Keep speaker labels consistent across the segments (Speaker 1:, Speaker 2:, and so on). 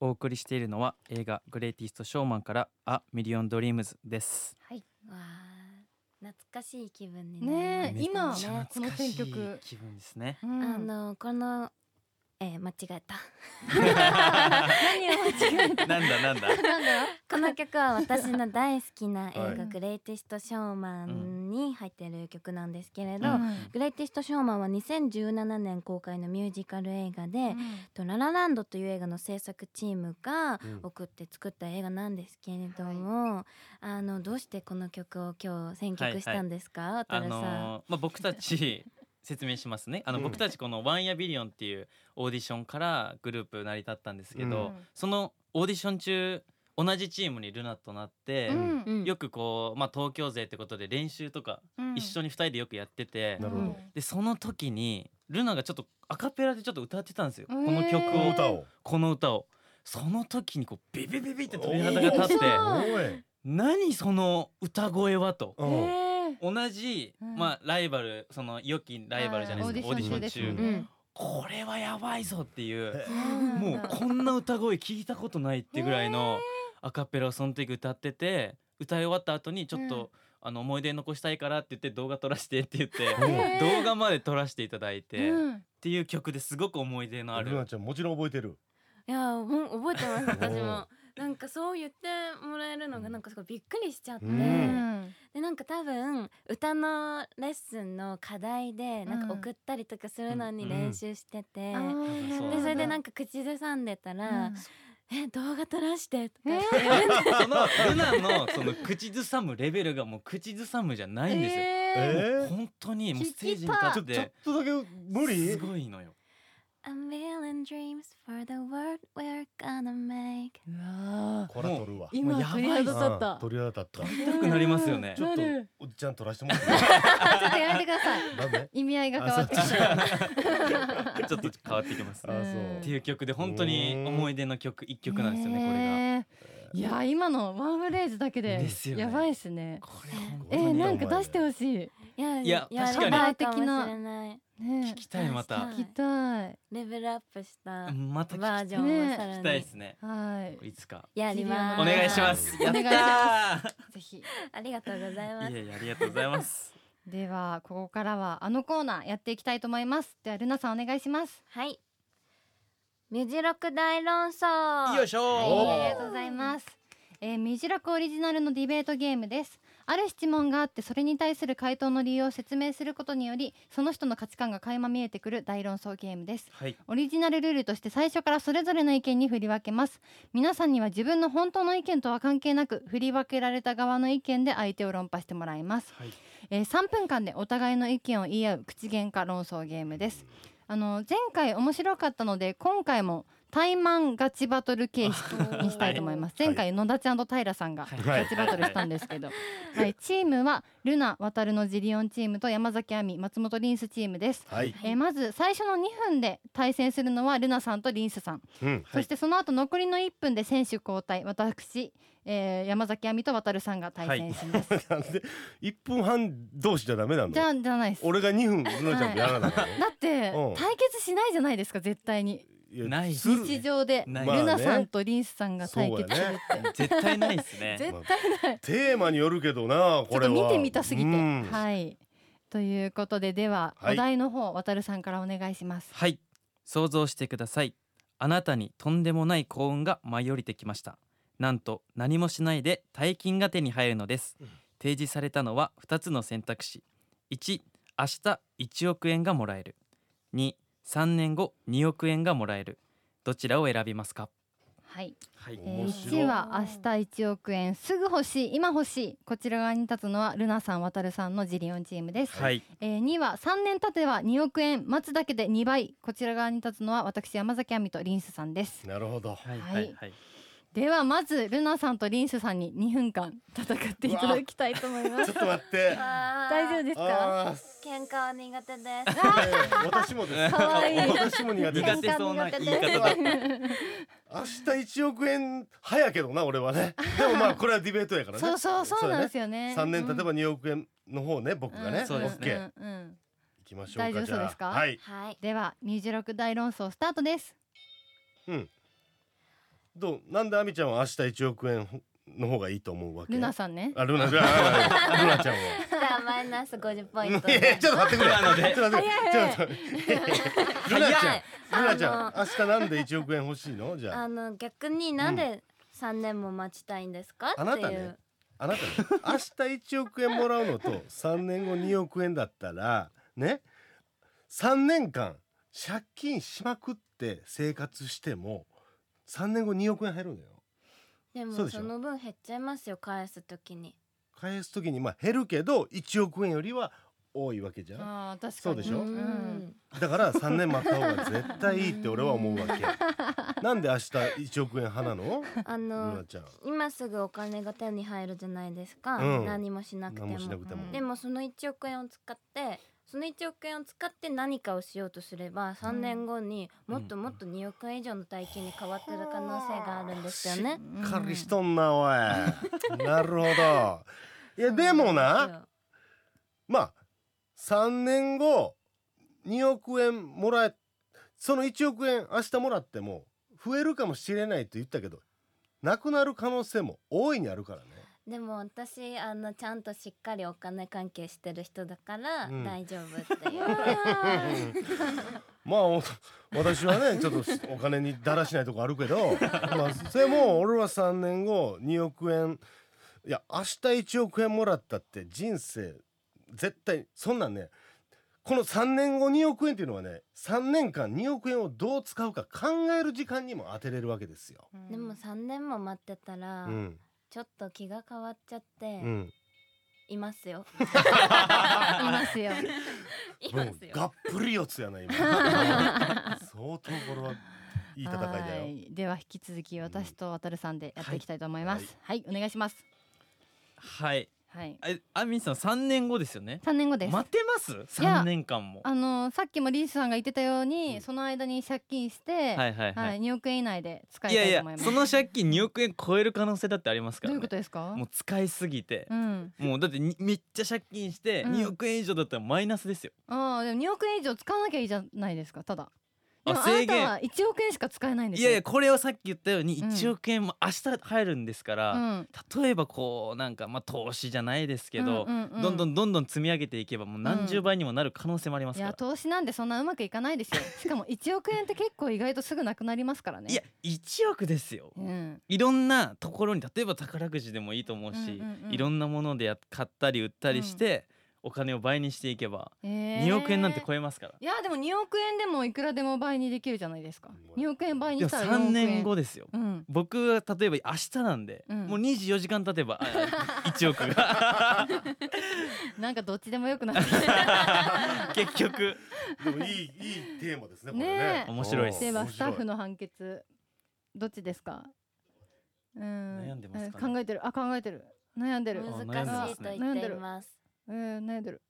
Speaker 1: お送りしているのは映画グレイティストショーマンからアミリオンドリームズです
Speaker 2: はい。
Speaker 3: わあ懐かしい気分にな
Speaker 2: ね
Speaker 3: り
Speaker 2: え
Speaker 3: ま
Speaker 1: めっ
Speaker 3: し
Speaker 1: ち
Speaker 3: た
Speaker 1: ゃ懐
Speaker 2: 今
Speaker 1: か
Speaker 2: この選曲
Speaker 1: しい気分です ね
Speaker 2: う
Speaker 3: あ
Speaker 2: ん、
Speaker 3: のこのえー、間違えた
Speaker 2: 何を間違え
Speaker 1: なんだなんだ
Speaker 2: なんだ。
Speaker 3: この曲は私の大好きな映画
Speaker 1: はい
Speaker 3: 「グレイテスト・ショーマン」に入ってる曲なんですけれど、
Speaker 2: うん
Speaker 3: グレイテスト・ショーマンは2017年公開のミュージカル映画で、とララランドという映画の制作チームが
Speaker 4: うん
Speaker 3: 送って作った映画なんですけれども、あのどうしてこの曲を今日選曲したんですか、渡
Speaker 1: あ
Speaker 3: るさん、
Speaker 1: のーまあ僕たち説明しますねあの、
Speaker 4: うん
Speaker 1: 僕たちこのワンヤビリオンっていうオーディションからグループ成り立ったんですけど、
Speaker 4: う
Speaker 1: そのオーディション中同じチームにルナとなって
Speaker 2: う、ん
Speaker 3: うん
Speaker 1: よくこう、まあ、東京勢ってことで練習とか
Speaker 2: うん
Speaker 1: 一緒に2人でよくやってて、
Speaker 4: なるほど
Speaker 1: でその時にルナがちょっとアカペラでちょっと歌ってたんですよ、
Speaker 2: へー
Speaker 1: この曲
Speaker 4: この
Speaker 1: を
Speaker 4: 歌を
Speaker 1: この歌をその時にこうビビビビって鳥肌が立って
Speaker 2: おー
Speaker 4: おい
Speaker 1: 何その歌声はと
Speaker 2: う
Speaker 4: うんん
Speaker 2: へえ
Speaker 1: 同じ、
Speaker 2: うん
Speaker 1: まあライバルその良きライバルじゃないですか
Speaker 2: あー
Speaker 1: オ
Speaker 2: オ
Speaker 1: ー
Speaker 2: ー
Speaker 1: ディ
Speaker 2: ディ
Speaker 1: シ
Speaker 2: シ
Speaker 1: ョ
Speaker 2: ョ
Speaker 1: ン
Speaker 2: ン
Speaker 1: 中
Speaker 2: 中ですもん
Speaker 3: う
Speaker 2: ね
Speaker 3: ん
Speaker 1: これはやばいぞっていう
Speaker 4: え
Speaker 1: もうこんな歌声聞いたことないってぐらいのアカペラをその時歌ってて歌い終わった後にちょっと、
Speaker 2: うん
Speaker 1: あの思い出残したいからって言って動画撮らせてって言って
Speaker 2: へー
Speaker 1: 動画まで撮らせていただいて、っ
Speaker 2: うん
Speaker 1: ていう曲ですごく思い出のあ
Speaker 4: ルナ
Speaker 1: る
Speaker 4: ちゃんもちろん覚えてる
Speaker 3: いやもう覚えて ます私も
Speaker 4: お
Speaker 3: なんかそう言ってもらえるのがなんかすごいびっくりしちゃって、
Speaker 4: う
Speaker 2: うんん
Speaker 3: でなんか多分歌のレッスンの課題でなんか送ったりとかするのに練習してて、
Speaker 1: うん
Speaker 3: でそれでなんんか口ずさんでたら
Speaker 2: か
Speaker 3: 「え動画撮らして」とか言
Speaker 2: え
Speaker 3: っ
Speaker 2: ー
Speaker 3: て
Speaker 1: そのルナのその口ずさむレベルがもう口ずさむじゃないんですよ、
Speaker 2: え
Speaker 4: えー
Speaker 1: 本当にもうステージに立
Speaker 4: ちょ
Speaker 1: っ
Speaker 4: ちょってとだけ無
Speaker 1: す
Speaker 4: 理
Speaker 1: ごいのよ
Speaker 3: Unveiling dreams for the world we're gonna make
Speaker 2: ーうわー
Speaker 4: こら取るわ
Speaker 1: もう
Speaker 2: 今
Speaker 1: やばい
Speaker 2: 鳥肌立
Speaker 4: うん
Speaker 2: っ
Speaker 4: 鳥肌立った
Speaker 1: 痛くなりますよね
Speaker 2: た
Speaker 4: ちょっと
Speaker 2: なる
Speaker 4: おじちゃん取らしても らって
Speaker 2: あちょっとやめてくだ さい
Speaker 4: なんで
Speaker 2: 意味合いが変わってき
Speaker 4: あそ
Speaker 2: た
Speaker 1: ちょっと変わってきます
Speaker 4: あ
Speaker 1: ね
Speaker 4: そう
Speaker 1: っていう曲で本当に思い出の曲一 曲なんですよねこれが。
Speaker 2: ねえいやー今のワンフレーズだけで
Speaker 1: ですよね
Speaker 2: やばいですね
Speaker 1: これ本
Speaker 2: え
Speaker 1: 当
Speaker 2: ー
Speaker 1: に
Speaker 2: なんか出してほしい
Speaker 3: いや
Speaker 1: いや
Speaker 3: 言われ
Speaker 1: 確
Speaker 2: か
Speaker 3: た
Speaker 2: に
Speaker 3: いかもしれない
Speaker 2: ね
Speaker 1: 聞きたいまた
Speaker 3: 聞
Speaker 2: 聞きたい
Speaker 3: レベルアップした
Speaker 1: また
Speaker 3: バ
Speaker 1: 聞
Speaker 3: ージョンを
Speaker 2: ね
Speaker 3: さら
Speaker 1: き
Speaker 3: に
Speaker 1: たいですね
Speaker 2: はい
Speaker 1: いつか
Speaker 3: やります
Speaker 1: お願いします
Speaker 2: お
Speaker 1: やっ
Speaker 2: 願いしたぜひ
Speaker 3: ありがとうございます
Speaker 1: ーいえいえありがとうございます
Speaker 2: ではここからはあのコーナーやっていきたいと思いますではルナさんお願いします
Speaker 3: はい。ミュジロク大論争。
Speaker 1: よいしょ
Speaker 2: はい
Speaker 4: おー
Speaker 2: ありがとうございますえー、ミジラクオリジナルのディベートゲームですある質問があってそれに対する回答の理由を説明することによりその人の価値観が垣間見えてくる大論争ゲームです
Speaker 1: はい
Speaker 2: オリジナルルールとして最初からそれぞれの意見に振り分けます皆さんには自分の本当の意見とは関係なく振り分けられた側の意見で相手を論破してもらいます、
Speaker 1: はい
Speaker 2: えー3分間でお互いの意見を言い合う口喧嘩論争ゲームですあの前回面白かったので今回も対マンガチバトル形式にしたいと思います、
Speaker 4: はい
Speaker 2: 前回野田ちゃんと平さんが
Speaker 1: はい
Speaker 2: ガチバトルしたんです けど、はい、チームはルナ渡るのジリオンチームと山崎亜美松本リンスチームです
Speaker 4: はい
Speaker 2: えーまず最初の2分で対戦するのはルナさんとリンスさん、
Speaker 4: うん
Speaker 2: そしてその後残りの1分で選手交代私、えー山崎亜美と渡るさんが対戦します、
Speaker 4: なんで一分半同士じゃダメなの
Speaker 2: じゃあじゃないですだ
Speaker 4: 俺が二分ルナちゃんとやらなかったの
Speaker 2: って
Speaker 4: うん
Speaker 2: 対決しないじゃないですか絶対に
Speaker 4: いや
Speaker 1: ない
Speaker 4: する
Speaker 2: 日常で、
Speaker 1: ない
Speaker 4: まあね
Speaker 2: ルナさんとリンスさんが対決する
Speaker 4: そう
Speaker 2: って、
Speaker 1: 絶対ないですね
Speaker 2: 絶対ない
Speaker 4: テーマによるけどな
Speaker 2: ちょ
Speaker 4: こ
Speaker 2: っ
Speaker 4: れ
Speaker 2: と
Speaker 4: は
Speaker 2: 見てみたすぎて
Speaker 4: うん
Speaker 2: はいということででは、
Speaker 4: はい
Speaker 2: お題の方渡るさんからお願いします
Speaker 1: はい想像してくださいあなたにとんでもない幸運が舞い降りてきましたなんと何もしないで大金が手に入るのです、
Speaker 4: うん
Speaker 1: 提示されたのは2つの選択肢1明日1億円がもらえる23年後2億円がもらえるどちらを選びますか
Speaker 2: はい
Speaker 1: は
Speaker 2: えー
Speaker 4: 面白い
Speaker 2: 1は明日1億円すぐ欲しい今欲しいこちら側に立つのはルナさん渡るさんのジリオンチームです、
Speaker 1: はい
Speaker 2: えー2は3年経ては2億円待つだけで2倍こちら側に立つのは私山崎亜美とリンスさんです
Speaker 4: なるほど
Speaker 1: はい
Speaker 2: はい
Speaker 1: はいはい
Speaker 2: ではまずルナさんとリンスさんに2分間戦っていただきたいと思いま
Speaker 4: ちょ
Speaker 2: す
Speaker 4: っと待って
Speaker 2: 大丈夫
Speaker 3: す。
Speaker 2: ですか
Speaker 4: あ
Speaker 3: 喧嘩は苦手です。
Speaker 4: ー私もです
Speaker 2: かわいい
Speaker 4: 私も苦手です
Speaker 1: 苦手そうな言い方だ
Speaker 4: 明日一億円早やけどな俺 はねでもまあこれはディベートやからね
Speaker 2: そうそうそうなんですよね
Speaker 4: 3年経てば2億円の方ね僕がね、
Speaker 2: ん
Speaker 1: そうですね
Speaker 4: オッケー
Speaker 2: うんうんうん
Speaker 4: 行きましょう
Speaker 2: 大丈
Speaker 4: か
Speaker 2: 夫
Speaker 4: じゃあ
Speaker 2: そうですか
Speaker 4: はい
Speaker 3: はい。
Speaker 2: では26大論争スタートです
Speaker 4: どうなんで亜美ちゃんは明日一億円の方がいいと思うわけ
Speaker 2: ルナさんね
Speaker 4: あルナちゃんあルナちゃんは
Speaker 3: じゃあマイナス50ポイント
Speaker 4: いや
Speaker 3: で
Speaker 4: ちょっと待ってくれ
Speaker 1: ルナので
Speaker 4: ちょっと待ってくれ
Speaker 3: 早い
Speaker 4: ちょっと待ってルナちゃんルナちゃ
Speaker 3: あ
Speaker 4: ん明日なんで一億円欲しいのじゃあ
Speaker 3: あの逆になんで3年も待ちたいんですか、
Speaker 4: あ
Speaker 3: っ
Speaker 4: な
Speaker 3: て
Speaker 4: た
Speaker 3: い
Speaker 4: ね
Speaker 3: う
Speaker 4: あなたね 明日一億円もらうのと三年後二億円だったらね三年間借金しまくって生活しても三年後二億円入るんだよ
Speaker 3: で
Speaker 4: そう
Speaker 3: も
Speaker 4: でしょ
Speaker 3: その分減っちゃいますよ返すときに
Speaker 4: 返す時にまあ減るけど1億円よりは多いわけじゃん
Speaker 2: あー確かに
Speaker 4: そうでしょ
Speaker 3: う
Speaker 2: うんん
Speaker 4: だから3年待った方が絶対いいって俺は思うわけなんで明日1億円派なの
Speaker 3: あ
Speaker 4: ル
Speaker 3: の
Speaker 4: ナちゃん
Speaker 3: 今すぐお金が手に入るじゃないですか、
Speaker 4: うん
Speaker 3: 何もしなくて
Speaker 4: 何も
Speaker 3: も
Speaker 4: しなくても
Speaker 2: うん
Speaker 3: でもその1億円を使ってその1億円を使って何かをしようとすれば3年後にもっともっと2億円以上の大金に変わってる可能性があるんですよね。
Speaker 4: しっかりしとんなおいなるほど いやでもなまあ3年後2億円もらえその1億円明日もらっても増えるかもしれないと言ったけどなくなる可能性も大いにあるからね
Speaker 3: でも私あのちゃんとしっかりお金関係してる人だから
Speaker 4: うん
Speaker 3: 大丈夫っていう、
Speaker 4: まあお私はねちょっとお金にだらしないとこある けど、まあ、それも俺は3年後2億円いや明日1億円もらったって人生絶対そんなんねこの3年後2億円っていうのはね3年間2億円をどう使うか考える時間にも当てれるわけですよ。
Speaker 2: うん
Speaker 3: でも3年も待ってたら、
Speaker 4: うん
Speaker 3: ちょっと気が変わっちゃっ
Speaker 4: う
Speaker 3: て
Speaker 4: ん、
Speaker 3: いますよ、
Speaker 2: います よ
Speaker 3: い
Speaker 4: も
Speaker 3: ま
Speaker 4: う
Speaker 3: す
Speaker 4: が
Speaker 3: よ
Speaker 4: っぷり四つやな今 相当これはいい戦いだ
Speaker 2: は
Speaker 4: よ。
Speaker 2: いでは引き続き私と渡るさんでやっていきたいと思いますはい、お願いします
Speaker 1: はい
Speaker 2: はい
Speaker 1: えあみさん3年後ですよね
Speaker 2: 3年後です
Speaker 1: 待てます3年間も
Speaker 2: あのさっきもリースさんが言ってたように、
Speaker 1: うん
Speaker 2: その間に借金して、
Speaker 1: は
Speaker 2: はい
Speaker 1: いはいはい、
Speaker 2: 2億円以内で使い
Speaker 1: いや
Speaker 2: た
Speaker 1: い
Speaker 2: いと
Speaker 1: や
Speaker 2: 思います。
Speaker 1: その借金2億円超える可能性だってありますから、
Speaker 2: ど
Speaker 1: ね、
Speaker 2: ういうことですか？
Speaker 1: もう使いすぎて
Speaker 2: う、ん、
Speaker 1: もうだってにめっちゃ借金して
Speaker 2: うん
Speaker 1: 2億円以上だったらマイナスですよ、
Speaker 2: ああでも2億円以上使わなきゃいいじゃないですかただで
Speaker 1: あ
Speaker 2: もあ
Speaker 1: 制
Speaker 2: なた
Speaker 1: 限
Speaker 2: は1億円しか使えないんです
Speaker 1: い
Speaker 2: よ
Speaker 1: やいやこれをさっき言ったように
Speaker 2: うん
Speaker 1: 1億円も明日入るんですから、
Speaker 2: うん
Speaker 1: 例えばこうなんかまあ投資じゃないですけど、
Speaker 2: ううう
Speaker 1: どんどんどんどん積み上げていけばもう何十倍にもなる可能性もありま
Speaker 2: い
Speaker 1: すか
Speaker 2: や
Speaker 1: ら、
Speaker 2: 投資なんでそんなうまくいかないです よしかも1億円って結構意外とすぐなくなりますからね
Speaker 1: いや1億ですよ
Speaker 2: うん
Speaker 1: いろんなところに例えば宝くじでもいいと思うし、
Speaker 2: うんうんうん
Speaker 1: いろんなものでや買ったり売ったりして、お金を倍にしていけば
Speaker 2: えー
Speaker 1: 2億円なんて超えますから、
Speaker 2: いやでも2億円でもいくらでも倍にできるじゃないですか
Speaker 4: うん
Speaker 2: 2億円倍に
Speaker 1: で
Speaker 2: し
Speaker 1: も
Speaker 2: たら4億
Speaker 1: 3
Speaker 2: 円
Speaker 1: 年後ですよ
Speaker 2: うん
Speaker 1: 僕は例えば明日なんで、
Speaker 2: うん
Speaker 1: もう24時間経てばあ 1億が
Speaker 2: なんかどっちでもよくなってきた
Speaker 1: 結局
Speaker 4: でもいいいいテーマですねこれ
Speaker 2: ね
Speaker 4: ね。
Speaker 1: え面白い
Speaker 2: ではスタッフ
Speaker 4: の
Speaker 2: の判決どっちですかうん
Speaker 1: 悩んでますかね
Speaker 2: うん考えてるあ考えてる悩んでる
Speaker 1: むず
Speaker 3: 難しいと言っています
Speaker 2: うん悩んでる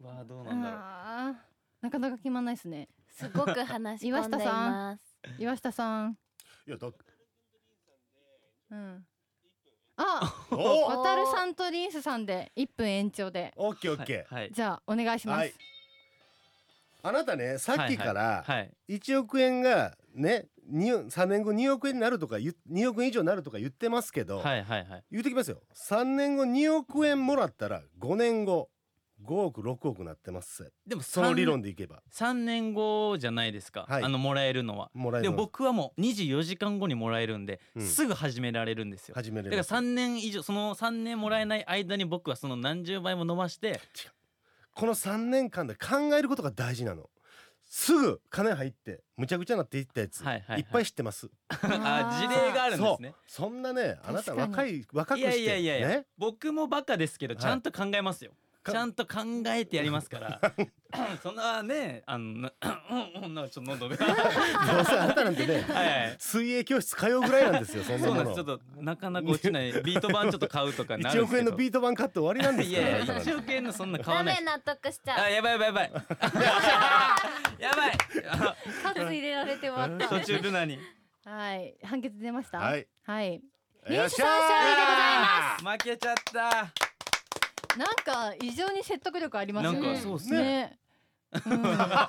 Speaker 1: わあどうなんだろう
Speaker 2: あーなかなか決まんないですね
Speaker 3: すごく話し込 んでいます
Speaker 2: 岩下さん
Speaker 4: いやだ
Speaker 2: うんあ
Speaker 4: お
Speaker 2: 渡るさんとリンスさんで1分延長で
Speaker 4: オッケーオッケ
Speaker 1: はい
Speaker 2: じゃあお願いし
Speaker 4: ー
Speaker 2: ます、
Speaker 4: はいあなたねさっきから
Speaker 1: はい、はい
Speaker 4: 1億円がね2 3年後2億円になるとか言2億円以上になるとか言ってますけど、
Speaker 1: はいはいはい
Speaker 4: 言うときますよ3年後2億円もらったら5年後5億6億なってます
Speaker 1: でも
Speaker 4: その理論
Speaker 1: で
Speaker 4: でいけば
Speaker 1: 3年後じゃないですか、
Speaker 4: はい
Speaker 1: あのもらえるのは
Speaker 4: もらえ
Speaker 1: で
Speaker 4: る
Speaker 1: も
Speaker 4: の
Speaker 1: 僕はもう24時間後にもらえるんで、
Speaker 4: うん
Speaker 1: すぐ始められるんですよだ
Speaker 4: 始めれ
Speaker 1: から
Speaker 4: ます
Speaker 1: 3年以上その3年もらえない間に僕はその何十倍も伸ば して
Speaker 4: この3年間で考えることが大事なのすぐ金入ってむちゃくちゃなっていったやつ、
Speaker 1: はいはいはい
Speaker 4: っぱい知ってます
Speaker 1: あ事例があるんですね
Speaker 4: そうそんなねあな
Speaker 2: 確か
Speaker 4: た
Speaker 2: に
Speaker 4: 若い若く
Speaker 1: い
Speaker 4: して
Speaker 1: やいやいやいや、
Speaker 4: ね
Speaker 1: 僕もバカですけど
Speaker 4: はい
Speaker 1: ちゃんと考えますよ、
Speaker 4: か
Speaker 1: ちゃんと考えてやりますから そんなねあのなうんなんかちょっと 喉がは
Speaker 4: どうせあなたなんてね
Speaker 1: い、はい、
Speaker 4: 水泳教室通うぐらいなんですよそんな
Speaker 1: そうな
Speaker 4: も
Speaker 1: んですちょっ
Speaker 4: の
Speaker 1: となかなか落ち ないビート板ちょっと買うとかな
Speaker 4: 1
Speaker 1: るんです
Speaker 4: 億
Speaker 1: け
Speaker 4: 円
Speaker 1: ど
Speaker 4: のビート板買って終わりなんです
Speaker 1: い
Speaker 4: から
Speaker 1: やい
Speaker 4: あな
Speaker 1: や
Speaker 4: たなんて
Speaker 1: 1億円のそんな買わ
Speaker 3: ダ
Speaker 1: ない
Speaker 3: メ納得しちゃ
Speaker 1: あ
Speaker 3: う
Speaker 1: やばいやばいや ばいやばいあ
Speaker 2: カツ入れられて終わっ
Speaker 1: 途中ルナに
Speaker 2: はい判決出ました
Speaker 4: はい
Speaker 2: はい
Speaker 4: よっしゃー
Speaker 1: 負けちゃった
Speaker 2: なんか異常に説得力ありますよね
Speaker 1: なん
Speaker 3: かそう
Speaker 1: っすね
Speaker 2: ね うんやっぱ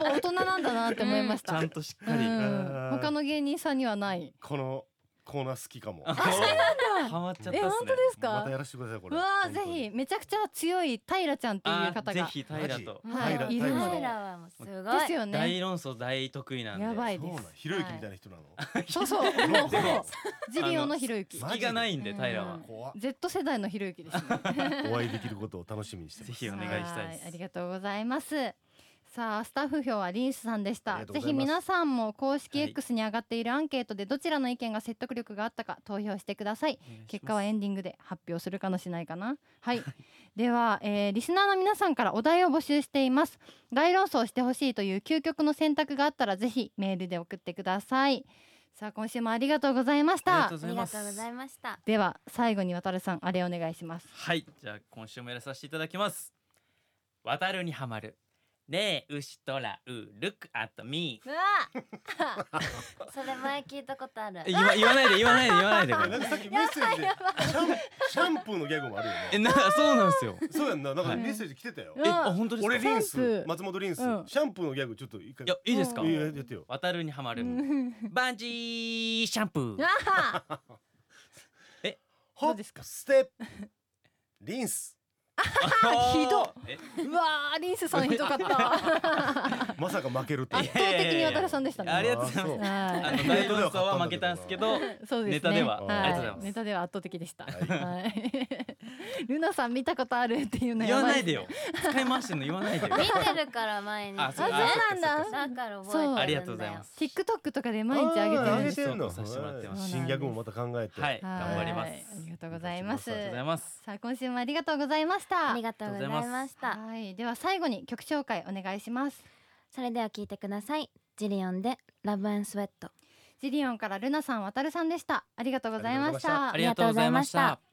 Speaker 2: 大人なんだなって思いまし
Speaker 1: ち
Speaker 2: た
Speaker 1: ゃんとしっか
Speaker 2: う
Speaker 1: り
Speaker 2: ん
Speaker 4: あ
Speaker 2: 他の芸人さんにはない
Speaker 4: このコーナー好きかも
Speaker 1: あ
Speaker 4: ま
Speaker 1: そう
Speaker 2: なん
Speaker 1: ハマっちゃったっすね
Speaker 2: え本当ですか
Speaker 4: たやらせてくださいこ
Speaker 2: う
Speaker 4: れ
Speaker 2: わーぜひめちゃくちゃ強い平ちゃんっていう
Speaker 1: あ
Speaker 2: 方
Speaker 1: ぜ
Speaker 2: が
Speaker 1: ひ平と
Speaker 2: マはいジ
Speaker 3: もう
Speaker 2: いるので
Speaker 3: カメラはもうすごい
Speaker 2: です
Speaker 1: 大
Speaker 2: よね
Speaker 1: 論争大得意なんで
Speaker 2: やば
Speaker 4: 本
Speaker 2: い
Speaker 4: 当に
Speaker 2: で
Speaker 4: そ
Speaker 2: す
Speaker 4: うなんひろゆきみたいな人なの
Speaker 2: そうそうもう ほ
Speaker 1: で
Speaker 2: ぼ
Speaker 1: も
Speaker 2: ジリオのひろゆき
Speaker 4: マジ
Speaker 1: 隙がないんで
Speaker 2: うん
Speaker 1: 平は
Speaker 2: あ
Speaker 4: 怖っ
Speaker 2: Z 世代のひろゆきですね
Speaker 4: お会いできることを楽しみにしてま
Speaker 1: ぜ
Speaker 4: す
Speaker 1: ひお願いしたいで
Speaker 2: は
Speaker 1: す
Speaker 2: ありがとうございます。さあスタッフ票はリンスさんでし
Speaker 4: あ
Speaker 2: た
Speaker 4: りがとう
Speaker 2: ぜ
Speaker 4: ござい
Speaker 2: ひ
Speaker 4: ます
Speaker 2: 皆さんも公式
Speaker 1: はい
Speaker 2: X に上がっているアンケートでどちらの意見が説得力があったか投票してくださ
Speaker 1: お
Speaker 2: い
Speaker 1: 願いします
Speaker 2: 結果はエンディングで発表するかなしないかなはいでは、えーリスナーの皆さんからお題を募集しています大論争してほしいという究極の選択があったらぜひメールで送ってくださいさあ今週もありがとうございまし
Speaker 1: あ
Speaker 2: た
Speaker 1: りが
Speaker 3: あ
Speaker 1: とう
Speaker 3: り
Speaker 1: ご
Speaker 3: が
Speaker 1: ざ
Speaker 3: と
Speaker 1: いうます
Speaker 3: ございました
Speaker 2: では最後に渡るさんあれお願いし ます
Speaker 1: はいじゃあ今週もやらさせていただきます渡るにハマるねえ牛とらう look at me
Speaker 3: うわ それ前聞いたことある
Speaker 1: え言わ言わないで言わないで言わないでこ
Speaker 4: なん
Speaker 1: れ
Speaker 4: かさっきメッセージでシャンシャンプーのギャグもあるよ
Speaker 1: え
Speaker 4: ね
Speaker 1: なそうなんですよ
Speaker 4: そうやんななんか
Speaker 2: はい
Speaker 4: メッセージ来てたよ
Speaker 2: う
Speaker 1: え
Speaker 2: わ
Speaker 1: あ本当ですか
Speaker 4: 俺リン
Speaker 2: シャンプ
Speaker 4: ス
Speaker 2: ー
Speaker 4: 松本リンスシ
Speaker 2: うん
Speaker 4: ャンプーのギャグちょっと一回
Speaker 1: いやいいですか
Speaker 2: うん
Speaker 4: いややってよ
Speaker 1: 渡るにハマる
Speaker 2: うん
Speaker 1: バンジーシャンプー
Speaker 3: あ
Speaker 2: ど
Speaker 4: ホ
Speaker 2: うで
Speaker 4: ッ
Speaker 2: すか
Speaker 4: プステップリンス
Speaker 1: あー
Speaker 2: ひどっ
Speaker 1: え
Speaker 2: うわーリンスさんひどかった
Speaker 4: まさか負けるとは
Speaker 2: 圧倒的に渡るさんでしたね
Speaker 1: ありがとうございますあ
Speaker 2: は
Speaker 1: の大論争は負けたんですけど
Speaker 2: いそうで
Speaker 1: ネ
Speaker 2: すね
Speaker 1: タでは
Speaker 2: はい
Speaker 4: ありがとうご
Speaker 1: ざいます
Speaker 2: ネタでは圧倒的でした
Speaker 4: い
Speaker 2: はい。ルナさん見たことあるっていうの
Speaker 1: 言
Speaker 2: や
Speaker 1: わ
Speaker 2: ば
Speaker 1: ないいでよ使い回してんの言わない でよ
Speaker 3: 見てるから前に
Speaker 1: あそう
Speaker 2: あそうなん
Speaker 3: だから覚えて
Speaker 2: だ
Speaker 3: るんだ
Speaker 2: そう
Speaker 3: よ
Speaker 1: ありがとうございます。
Speaker 2: TikTok とかで毎日上げてるん
Speaker 4: 上
Speaker 2: で
Speaker 4: げ
Speaker 2: す
Speaker 4: てんの
Speaker 1: そうさせてもらってます
Speaker 4: 新ギャグもまた考えて
Speaker 1: はい
Speaker 2: はい
Speaker 1: 頑張ります
Speaker 2: ありがとうございます
Speaker 4: あり
Speaker 1: ありがとうございます
Speaker 2: さあ今週もありがとうございました
Speaker 3: ありがとうございました
Speaker 2: はいでは最後に曲紹介お願いします
Speaker 3: それでは聞いてくださいジリオンでラブスウェット
Speaker 2: ジリオンからルナさん渡るさんでしたありがとうございまし
Speaker 4: ありがとうございました
Speaker 1: ありがとうございました